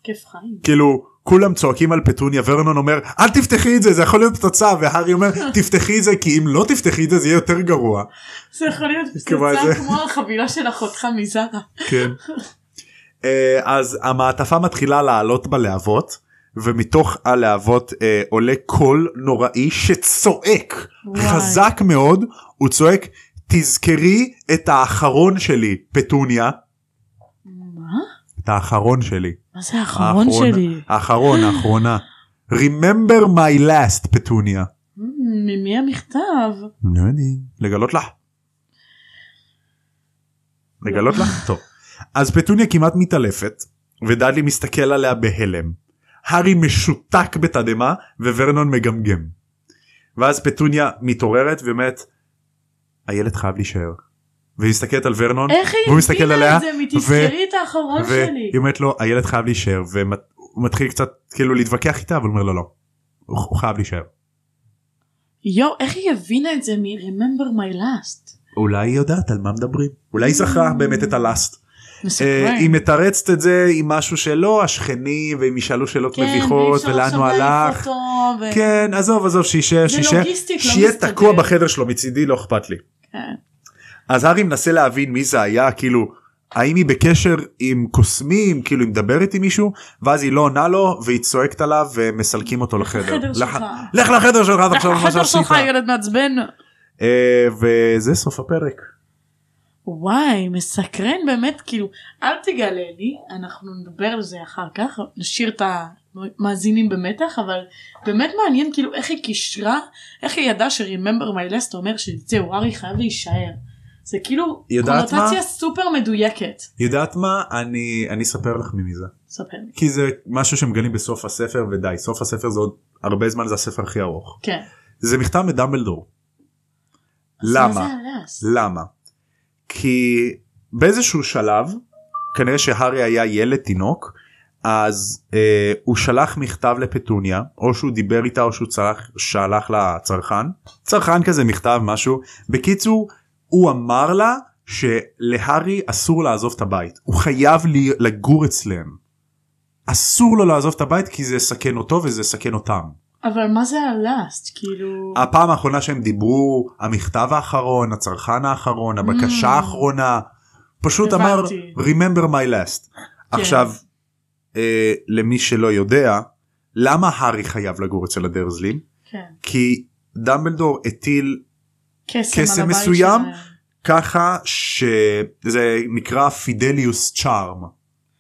כיף חיים.
כאילו כולם צועקים על פטוניה ורנון אומר אל תפתחי את זה זה יכול להיות פצצה והארי אומר תפתחי את זה כי אם לא תפתחי את זה זה יהיה יותר גרוע.
זה יכול להיות
כבר זה-
פצצה כמו החבילה של אחותך מזרה.
כן. אה, אז המעטפה מתחילה לעלות בלהבות ומתוך הלהבות אה, עולה קול נוראי שצועק
וואי.
חזק מאוד הוא צועק תזכרי את האחרון שלי פטוניה
מה?
את האחרון שלי
מה זה האחרון שלי?
האחרון האחרונה remember my last פטוניה
מ, ממי המכתב?
לא יודעים. לא. לגלות לך. לגלות לך? טוב. אז פטוניה כמעט מתעלפת, ודדלי מסתכל עליה בהלם. הארי משותק בתדהמה, וורנון מגמגם. ואז פטוניה מתעוררת ואומרת, הילד חייב להישאר. והיא מסתכלת על ורנון,
איך היא
והוא מסתכל
הבינה
עליה,
את זה? מתזכרי את האחרון אה, שלי.
והיא אומרת לו, הילד חייב להישאר, והוא מתחיל קצת כאילו להתווכח איתה, אבל הוא אומר לו לא, הוא הוא חייב להישאר.
יואו, איך היא הבינה את זה מ-Remember my last?
אולי היא יודעת על מה מדברים, אולי היא זכרה באמת את הלאסט. אה,
מסקרן.
היא מתרצת את זה עם משהו שלא השכנים ועם ישאלו שאלות
כן, ואי
מביכות
אפשר
ולאן
עכשיו
הוא
להעיף
הלך.
אותו, ו-
כן עזוב עזוב שישאר
זה
שישאר
לוגיסטית, לא
שיהיה
מסתדר.
תקוע בחדר שלו מצידי לא אכפת לי.
כן.
אז הארי מנסה להבין מי זה היה כאילו האם היא בקשר עם קוסמים כאילו היא מדברת עם מישהו ואז היא לא עונה לו והיא צועקת עליו ומסלקים אותו לחדר.
לחדר
לח-
שלך.
לך לחדר שלך. אתה עכשיו ממש לא
החדר שלך
עשית.
ילד מעצבן.
אה, וזה סוף הפרק.
וואי, מסקרן באמת, כאילו, אל תגלה לי, אנחנו נדבר על זה אחר כך, נשאיר את המאזינים במתח, אבל באמת מעניין כאילו איך היא קישרה, איך היא ידעה ש-Remember my last אומר שזהו, ארי חייב להישאר. זה כאילו
יודעת מה?
קונוטציה סופר מדויקת.
יודעת מה אני אני אספר לך ממי זה.
ספר לי.
כי זה משהו שמגלים בסוף הספר ודי סוף הספר זה עוד הרבה זמן זה הספר הכי ארוך
כן.
זה מכתב מדמבלדור.
אז מה זה
למה
הלס?
למה כי באיזשהו שלב כנראה שהארי היה ילד תינוק אז אה, הוא שלח מכתב לפטוניה או שהוא דיבר איתה או שהוא צלח, שלח לצרכן צרכן כזה מכתב משהו בקיצור הוא אמר לה שלהארי אסור לעזוב את הבית הוא חייב לי- לגור אצלם. אסור לו לעזוב את הבית כי זה יסכן אותו וזה יסכן אותם.
אבל מה זה הלאסט? כאילו...
הפעם האחרונה שהם דיברו המכתב האחרון הצרכן האחרון הבקשה
Mm.
האחרונה פשוט אמר
הבנתי.
remember my last.
כן.
עכשיו אה, למי שלא יודע למה הארי חייב לגור אצל הדרזלים
כן.
כי דמבלדור הטיל
קסם,
קסם
על הבית
מסוים?
שלהם.
ככה שזה נקרא פידליוס צ'ארם.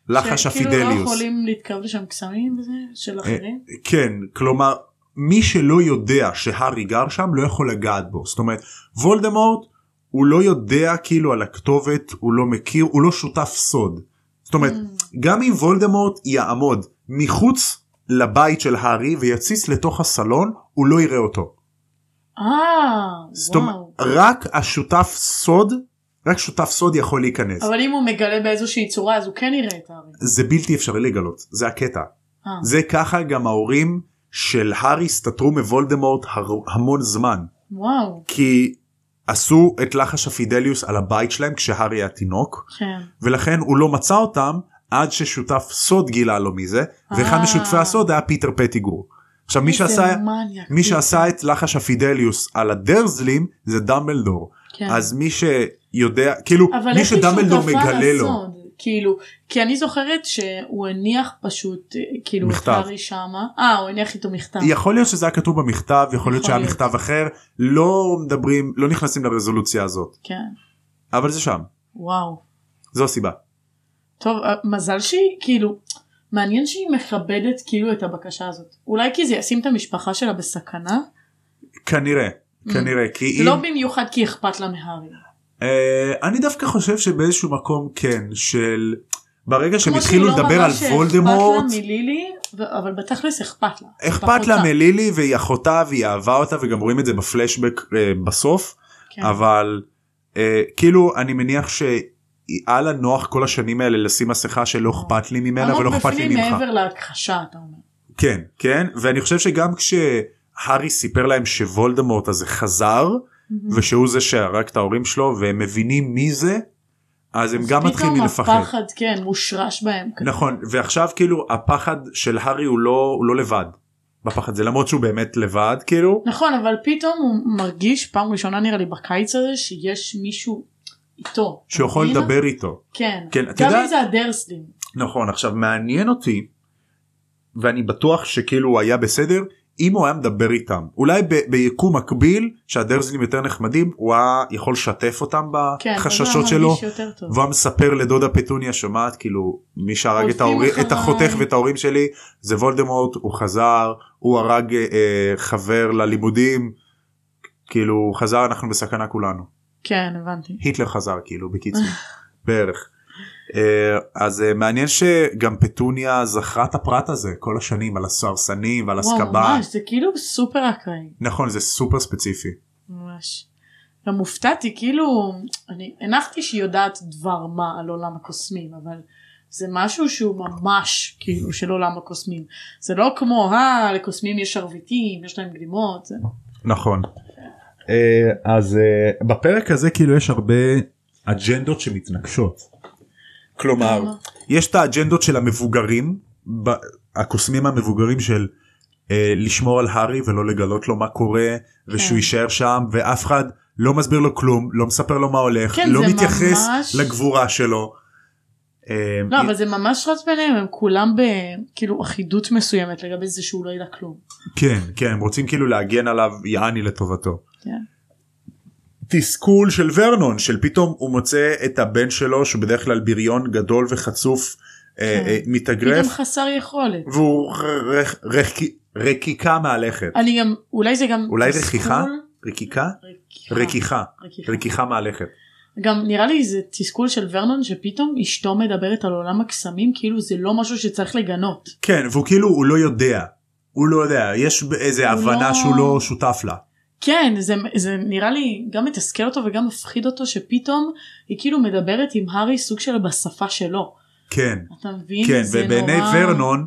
לחש
שכאילו לא
הפידליוס.
יכולים להתקרב לשם קסמים וזה, של אחרים?
כן כלומר מי שלא יודע שהארי גר שם לא יכול לגעת בו זאת אומרת וולדמורט הוא לא יודע כאילו על הכתובת הוא לא מכיר הוא לא שותף סוד. זאת אומרת
Mm.
גם אם וולדמורט יעמוד מחוץ לבית של הארי ויציץ לתוך הסלון הוא לא יראה אותו.
אה,
זאת אומרת
וואו.
רק השותף סוד רק שותף סוד יכול להיכנס
אבל אם הוא מגלה באיזושהי צורה אז הוא כן יראה את הארי.
זה בלתי אפשרי לגלות זה הקטע.
אה,
זה ככה גם ההורים של הארי הסתתרו מוולדמורט הר... המון זמן
וואו,
כי עשו את לחש הפידליוס על הבית שלהם כשהארי היה תינוק
כן.
ולכן הוא לא מצא אותם עד ששותף סוד גילה לו מזה ואחד
אה.
משותפי הסוד היה פיטר פטיגור. עכשיו מי
איזה
שעשה
מניאק.
מי שעשה את לחש הפידליוס על הדרזלים זה דמבלדור
כן.
אז מי שיודע כאילו
אבל
מי
איך היא
שדמבלדור
שותפה
מגלה לו
לסוד? כאילו, כי אני זוכרת שהוא הניח פשוט, אה, כאילו, את
מכתב.
הארי שמה. אה, הוא הניח איתו מכתב.
יכול להיות שזה היה כתוב במכתב יכול להיות
יכול
שהיה
להיות.
מכתב אחר לא מדברים לא נכנסים לרזולוציה הזאת
כן.
אבל זה שם
וואו.
זו הסיבה.
טוב, אה, מזל שהיא, כאילו, מעניין שהיא מכבדת כאילו את הבקשה הזאת. אולי כי זה ישים את המשפחה שלה בסכנה?
כנראה כנראה כי אם
לא במיוחד כי אכפת לה מהארי.
אה, אני דווקא חושב שבאיזשהו מקום כן של ברגע שהם
כמו שהיא
התחילו
לא
לדבר
מראה
על
שאכפת
וולדמורט
לה מלילי, ו- אבל בתכלס אכפת לה.
אכפת לה
רוצה.
מלילי והיא אחותה והיא אהבה אותה וגם רואים את זה בפלשבק אה, בסוף
כן.
אבל אה, כאילו אני מניח שהיה לה נוח כל השנים האלה לשים מסכה שלא אכפת לי ממנה
עמוק
ולא אכפת לי
בפנים
ממך.
מעבר להכחשה אתה אומר.
כן כן ואני חושב שגם כשהארי סיפר להם
Mm.
שוולדמורט הזה חזר ושהוא זה שהרג את ההורים שלו והם מבינים מי זה אז הם
אז
גם מתחילים
פתאום
לפחד.
הפחד, כן, מושרש בהם. כזה.
נכון ועכשיו כאילו הפחד של הארי הוא לא הוא לא לבד בפחד זה למרות שהוא באמת לבד כאילו
נכון, אבל פתאום הוא מרגיש, פעם ראשונה נראה לי בקיץ הזה, שיש מישהו איתו.
שיכול
מבין?
לדבר איתו
כן.
כן, את
גם
יודעת-
אם זה הדרסלים. כן,
נכון עכשיו מעניין אותי ואני בטוח שכאילו הוא היה בסדר אם הוא היה מדבר איתם אולי ב- ביקום מקביל שהדרזלים יותר נחמדים הוא היה יכול לשתף אותם
כן, אז
בחששות
זה היה
שלו
מרגיש יותר טוב.
והוא היה מספר לדודה פטוניה שומעת כאילו מי שהרג את,
רודפים
ההורי, את
אחריי."
החותך ואת ההורים שלי זה וולדמורט הוא חזר הוא הרג אה, אה, חבר ללימודים כאילו הוא חזר אנחנו בסכנה כולנו
כן, הבנתי.
היטלר חזר כאילו בקיצור בערך. אה, אז אה, מעניין שגם פטוניה זכרה את הפרט הזה כל השנים על הסרסנים ועל
וואו,
הסקבן
ממש, זה כאילו סופר אקראי.
נכון זה סופר ספציפי
ממש. גם הופתעתי, כאילו, אני הנחתי שהיא יודעת דבר מה על עולם הקוסמים, אבל זה משהו שהוא ממש כאילו של עולם הקוסמים. זה לא כמו, אה, לקוסמים יש שרביטים, יש להם גלימות, זה... לא
נכון. אה, אז אה, בפרק הזה כאילו יש הרבה אג'נדות שמתנגשות. כלומר
כמה?
יש את האג'נדות של המבוגרים ב- הקוסמים המבוגרים של אה, לשמור על הארי ולא לגלות לו מה קורה ושהוא
כן.
יישאר שם ואף אחד לא מסביר לו כלום לא מספר לו מה הולך
כן,
לא
זה
מתייחס
ממש-
לגבורה שלו. אה,
לא, אבל זה ממש רץ ביניהם, הם כולם בכאילו אחידות מסוימת לגבי זה שהוא לא ידע כלום.
כן כן הם רוצים כאילו להגן עליו יעני לטובתו.
כן.
תסכול של ורנון של פתאום הוא מוצא את הבן שלו שהוא בדרך כלל בריון גדול וחצוף אה,
כן.
אה, מתאגרף
פתאום חסר יכולת.
והוא רכ- רכ- רקיקה מהלכת
אני גם, אולי זה גם...
אולי
תסכול-
רכיכה? רקיקה
רכיכה.
רקיחה
רכיכה.
רקיחה מהלכת
גם נראה לי זה תסכול של ורנון שפתאום אשתו מדברת על עולם הקסמים כאילו זה לא משהו שצריך לגנות.
כן והוא כאילו הוא לא יודע הוא לא יודע יש איזה
הוא
הבנה
לא-
שהוא לא שותף לה
כן זה, זה נראה לי גם מתסכל אותו וגם מפחיד אותו שפתאום היא כאילו מדברת עם הארי סוג של בשפה שלו.
כן
אתה מבין?
כן
זה
ובעיני
נורא-
ורנון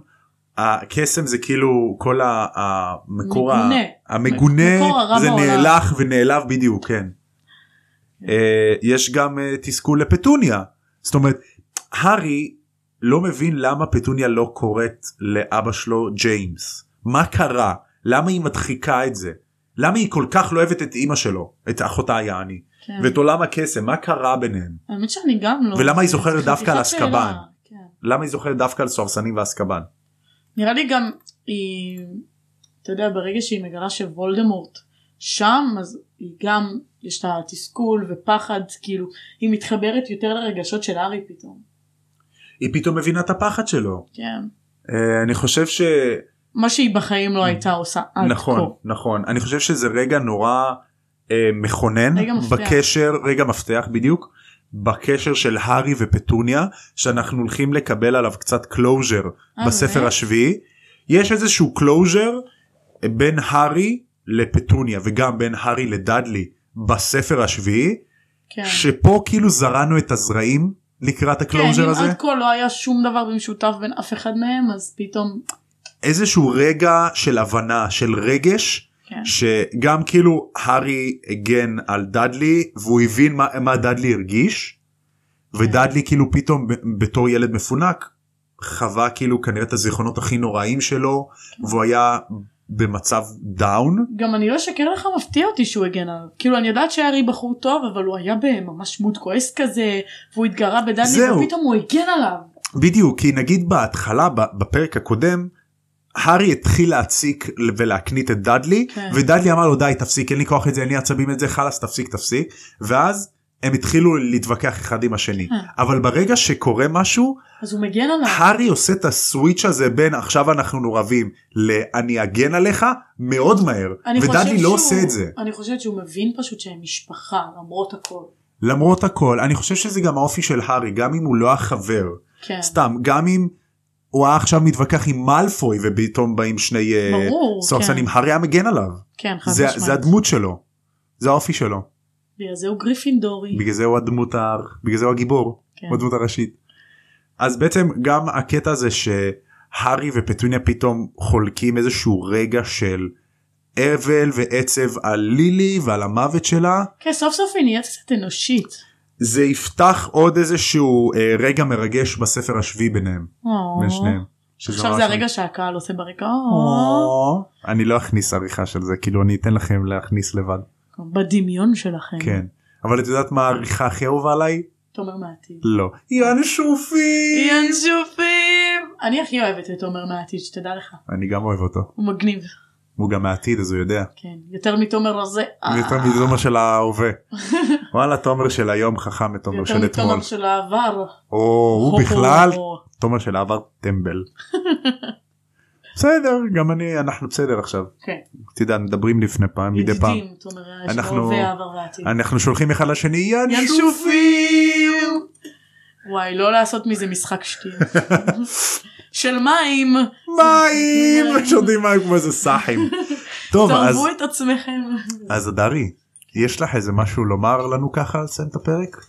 הקסם זה כאילו כל ה- המקור ה-
מגונה.
המגונה
מקור הרע
זה
בעולם. כן.
נאלח ונעלב בדיוק כן. אה, יש גם אה, תסכול לפטוניה זאת אומרת הארי לא מבין למה פטוניה לא קוראת לאבא שלו ג'יימס מה קרה למה היא מדחיקה את זה למה היא כל כך לא אוהבת את אימא שלו את אחותה יעני
כן.
ואת עולם הקסם מה קרה ביניהם
האמת שאני גם לא...
ולמה היא זוכרת
זה
דווקא על
חתיכת שאלה.
אזקבאן?
כן.
למה היא זוכרת דווקא על סוהרסנים ואסקבן
נראה לי גם היא, אתה יודע, ברגע שהיא מגלה שוולדמורט שם, אז היא גם, יש לה תסכול ופחד, כאילו, היא מתחברת יותר לרגשות של הארי פתאום.
היא פתאום מבינה את הפחד שלו
כן.
אה, אני חושב ש...
מה שהיא בחיים לא הייתה עושה עד אה,
Mm. נכון נכון אני חושב שזה רגע נורא אה, מכונן
רגע מפתח.
בקשר רגע מפתח בדיוק בקשר של הארי ופטוניה שאנחנו הולכים לקבל עליו קצת קלוז'ר
אה,
בספר
באמת?
השביעי יש איזשהו קלוז'ר בין הארי לפטוניה וגם בין הארי לדאדלי בספר השביעי
כן.
שפה כאילו זרענו את הזרעים לקראת
כן,
הקלוז'ר
אם
הזה
עד כה לא היה שום דבר במשותף בין אף אחד מהם, אז פתאום,
איזשהו רגע של הבנה של רגש
כן.
שגם כאילו הארי הגן על דאדלי והוא הבין מה, מה דאדלי הרגיש ודאדלי כאילו פתאום ב- בתור ילד מפונק חווה כאילו כנראה את הזיכרונות הכי נוראים שלו והוא היה במצב דאון
גם אני לא אשקר לך מפתיע אותי שהוא הגן עליו. כאילו אני יודעת שהארי בחור טוב אבל הוא היה ממש מוד כועס כזה והוא התגרה בדני
זהו.
ופתאום הוא הגן עליו.
בדיוק כי נגיד בהתחלה ב- בפרק הקודם. הארי התחיל להציק ולהקנית את דאדלי
כן.
ודאדלי אמר לו די תפסיק אין לי כוח את זה אין לי עצבים את זה חלאס תפסיק תפסיק ואז הם התחילו להתווכח אחד עם השני
כן.
אבל ברגע שקורה משהו
אז הוא מגן עליו.
הארי עושה את הסוויץ' הזה בין עכשיו אנחנו נורבים ל"אני אגן עליך" מאוד מהר
אני חושבת
ודאדלי לא
שהוא-
עושה את זה
אני חושבת שהוא מבין פשוט שהם משפחה למרות הכל.
למרות הכל אני חושב שזה גם האופי של הארי גם אם הוא לא החבר
כן.
סתם גם אם הוא היה עכשיו מתווכח עם מאלפוי ופתאום באים שני אה,
ברור,
סרסנים הארי היה מגן עליו
כן חד
זה,
משמעית. כן.
זה הדמות שלו זה האופי שלו
בגלל זה הוא גריפינדורי.
בגלל זה הוא הדמות ה... בגלל זה הוא הגיבור
כן.
הוא הדמות הראשית. אז בעצם גם הקטע הזה שהארי ופטוניה פתאום חולקים איזשהו רגע של אבל ועצב על לילי ועל המוות שלה
כן סוף סוף היא נהיית קצת אנושית.
זה יפתח עוד איזשהו אה, רגע מרגש בספר השביעי ביניהם,
או.
בין שניהם. שזה
עכשיו
ממש לא-
זה הרגע שהקהל עושה ברקע. או.
או. אני לא אכניס עריכה של זה כאילו אני אתן לכם להכניס לבד
בדמיון שלכם.
כן אבל את יודעת מה העריכה הכי אהובה עליי
תומר מעתיד.
לא ינשופי
ינשופים! אני הכי אוהבת את תומר מעתיד, שתדע לך.
אני גם אוהב אותו
הוא מגניב.
הוא גם מהעתיד אז הוא יודע
כן. יותר מתומר רזה. אה.
יותר מתומר של ההווה וואלה תומר של היום חכם מתומר
יותר
של אתמול
מתומר של העבר.
או הוא בכלל
או.
תומר של העבר טמבל. בסדר גם אני אנחנו בסדר עכשיו
כן.
אתה יודע מדברים לפני פעם מדי פעם
ידידים, תומר, יש לו
אנחנו-
הווה, העבר והעתיד.
אנחנו שולחים אחד לשני ינשופים.
ינשופים! וואי, לא לעשות מזה משחק שטויות. של מים,
מים שותים מים כמו איזה סאחים. טוב אז
תרבו את עצמכם.
אז הדרי יש לך איזה משהו לומר לנו ככה לסיים את הפרק?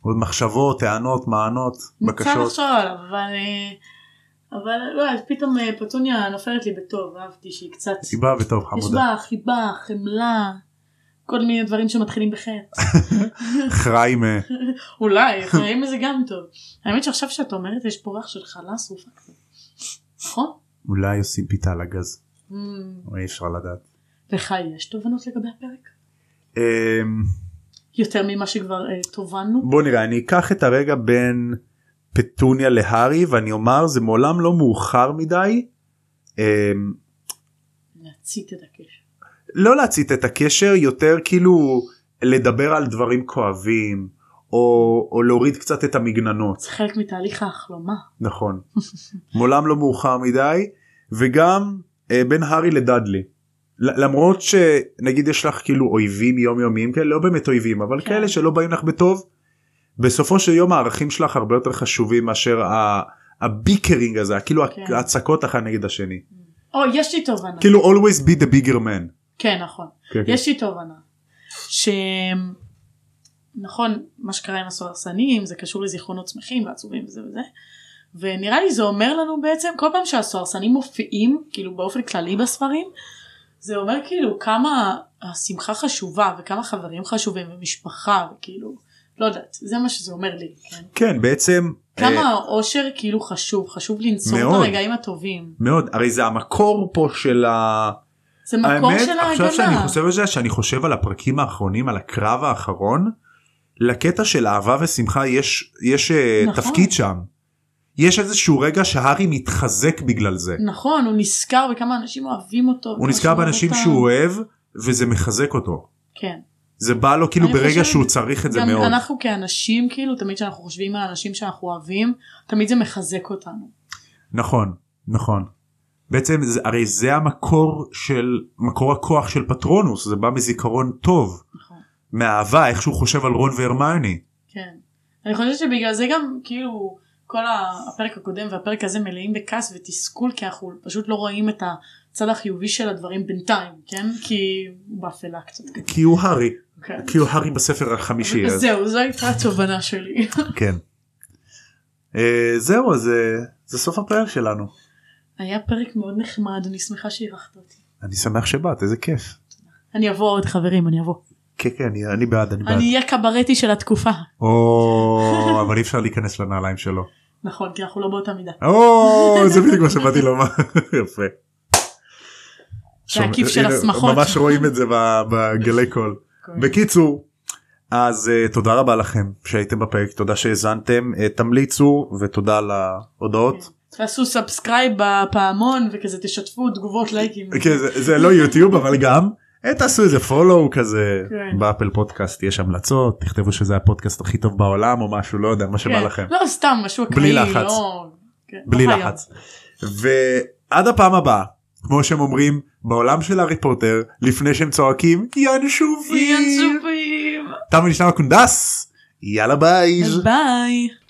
עוד מחשבות טענות מענות
צריך
בקשות
לחשוב עליו, אבל... אה, אבל לא יודעת, פתאום אה, פטוניה נופלת לי בטוב, אהבתי שהיא קצת...
היא באה בטוב
יש
חמודה
בה חיבה, חמלה, כל מיני דברים שמתחילים בחטא.
חיים אה,
אולי, חיים מזה גם טוב. האמת שעכשיו שאת אומרת, יש פה ריח של חלה שרופה כזה. נכון?
אולי עושים פיתה על הגז
Mm.
אי אפשר לדעת.
לך יש תובנות לגבי הפרק?
אמ,
יותר ממה שכבר אה, תובנו?
בוא נראה אני אקח את הרגע בין פטוניה להארי ואני אומר זה מעולם לא מאוחר מדי. אמ,
להצית את הקשר.
לא להצית את הקשר יותר כאילו לדבר על דברים כואבים או, או להוריד קצת את המגננות
זה חלק מתהליך ההחלמה.
נכון מעולם לא מאוחר מדי וגם אה, בין הארי לדאדלי. ל- למרות שנגיד יש לך כאילו אויבים יומיומיים כאלה לא באמת אויבים אבל
כן.
כאלה שלא באים לך בטוב בסופו של יום הערכים שלך הרבה יותר חשובים מאשר ה- הביקרינג הזה כאילו
כן.
הצעקות אחד נגד השני
או, יש לי תובנה.
כאילו always be the bigger man.
כן, נכון.
כן, כן.
יש לי תובנה. ש... נכון, מה שקרה עם הסוהרסנים זה קשור לזיכרונות שמחים ועצובים וזה וזה. ונראה לי זה אומר לנו בעצם כל פעם שהסוהרסנים מופיעים כאילו באופן כללי בספרים זה אומר כאילו כמה השמחה חשובה וכמה חברים חשובים ומשפחה וכאילו לא יודעת זה מה שזה אומר לי כן?
כן בעצם אה,
כמה האושר כאילו חשוב חשוב לנצור את
מאוד.
הרגעים הטובים
מאוד הרי זה המקור פה של ה...
זה מקור של
עכשיו שאני
ההגנה
חושב על זה שאני חושב על הפרקים האחרונים על הקרב האחרון לקטע של אהבה ושמחה יש יש אה,
נכון.
תפקיד שם. יש איזשהו רגע שהארי מתחזק בגלל זה
נכון הוא נזכר בכמה אנשים אוהבים אותו
הוא
וכמה
נזכר
שהוא אוהב
באנשים
אותם.
שהוא אוהב וזה מחזק אותו
כן
זה בא לו כאילו
אני
ברגע
חושבת
שהוא צריך את זה
גם
מאוד
אנחנו כאנשים כאילו תמיד כשאנחנו חושבים על אנשים שאנחנו אוהבים תמיד זה מחזק אותנו.
נכון נכון. בעצם זה, הרי זה המקור של מקור הכוח של פטרונוס זה בא מזיכרון טוב
נכון.
מהאהבה איך שהוא חושב על רון והרמיוני.
כן. אני חושבת שבגלל זה גם כאילו כל ה- הפרק הקודם והפרק הזה מלאים בכעס ותסכול כי אנחנו פשוט לא רואים את הצד החיובי של הדברים בינתיים כן כי הוא באפלה קצת.
כי הוא הארי
כן.
כי הוא הארי בספר החמישי
אז
אז
זהו זו הייתה התובנה שלי.
כן. אה, זהו אז אה, זה סוף הפרק שלנו
היה פרק מאוד נחמד אני שמחה שאירחת אותי.
אני שמח שבאת איזה כיף.
אני אבוא עוד חברים אני אבוא.
כן כן אני- אני בעד אני בעד.
אני אהיה קברטי של התקופה.
או אבל אי אפשר להיכנס לנעליים שלו.
נכון כי אנחנו לא באותה מידה.
או זה בדיוק מה שבאתי לומר יפה. שומע-
העקיף של
הנה,
השמחות.
ממש רואים את זה ב- בגלי קול. בקיצור אז אה, תודה רבה לכם שהייתם בפרק תודה שהאזנתם אה, תמליצו ותודה על ההודעות.
תעשו סאבסקרייב בפעמון וכזה תשתפו תגובות לייקים.
כן, זה, זה לא יוטיוב אבל גם אה, תעשו איזה פולו כזה
כן.
באפל פודקאסט יש המלצות תכתבו שזה הפודקאסט הכי טוב בעולם או משהו לא יודע מה שבא
כן.
לכם
לא סתם משהו אקראי.
בלי לחץ.
לא- כן, לא
בלי
חייב.
לחץ. ועד הפעם הבאה כמו שהם אומרים בעולם של הארי פוטר לפני שהם צועקים ינשובים
ינצופים.
תם ונשלם הקונדס יאללה ביי.
ביי.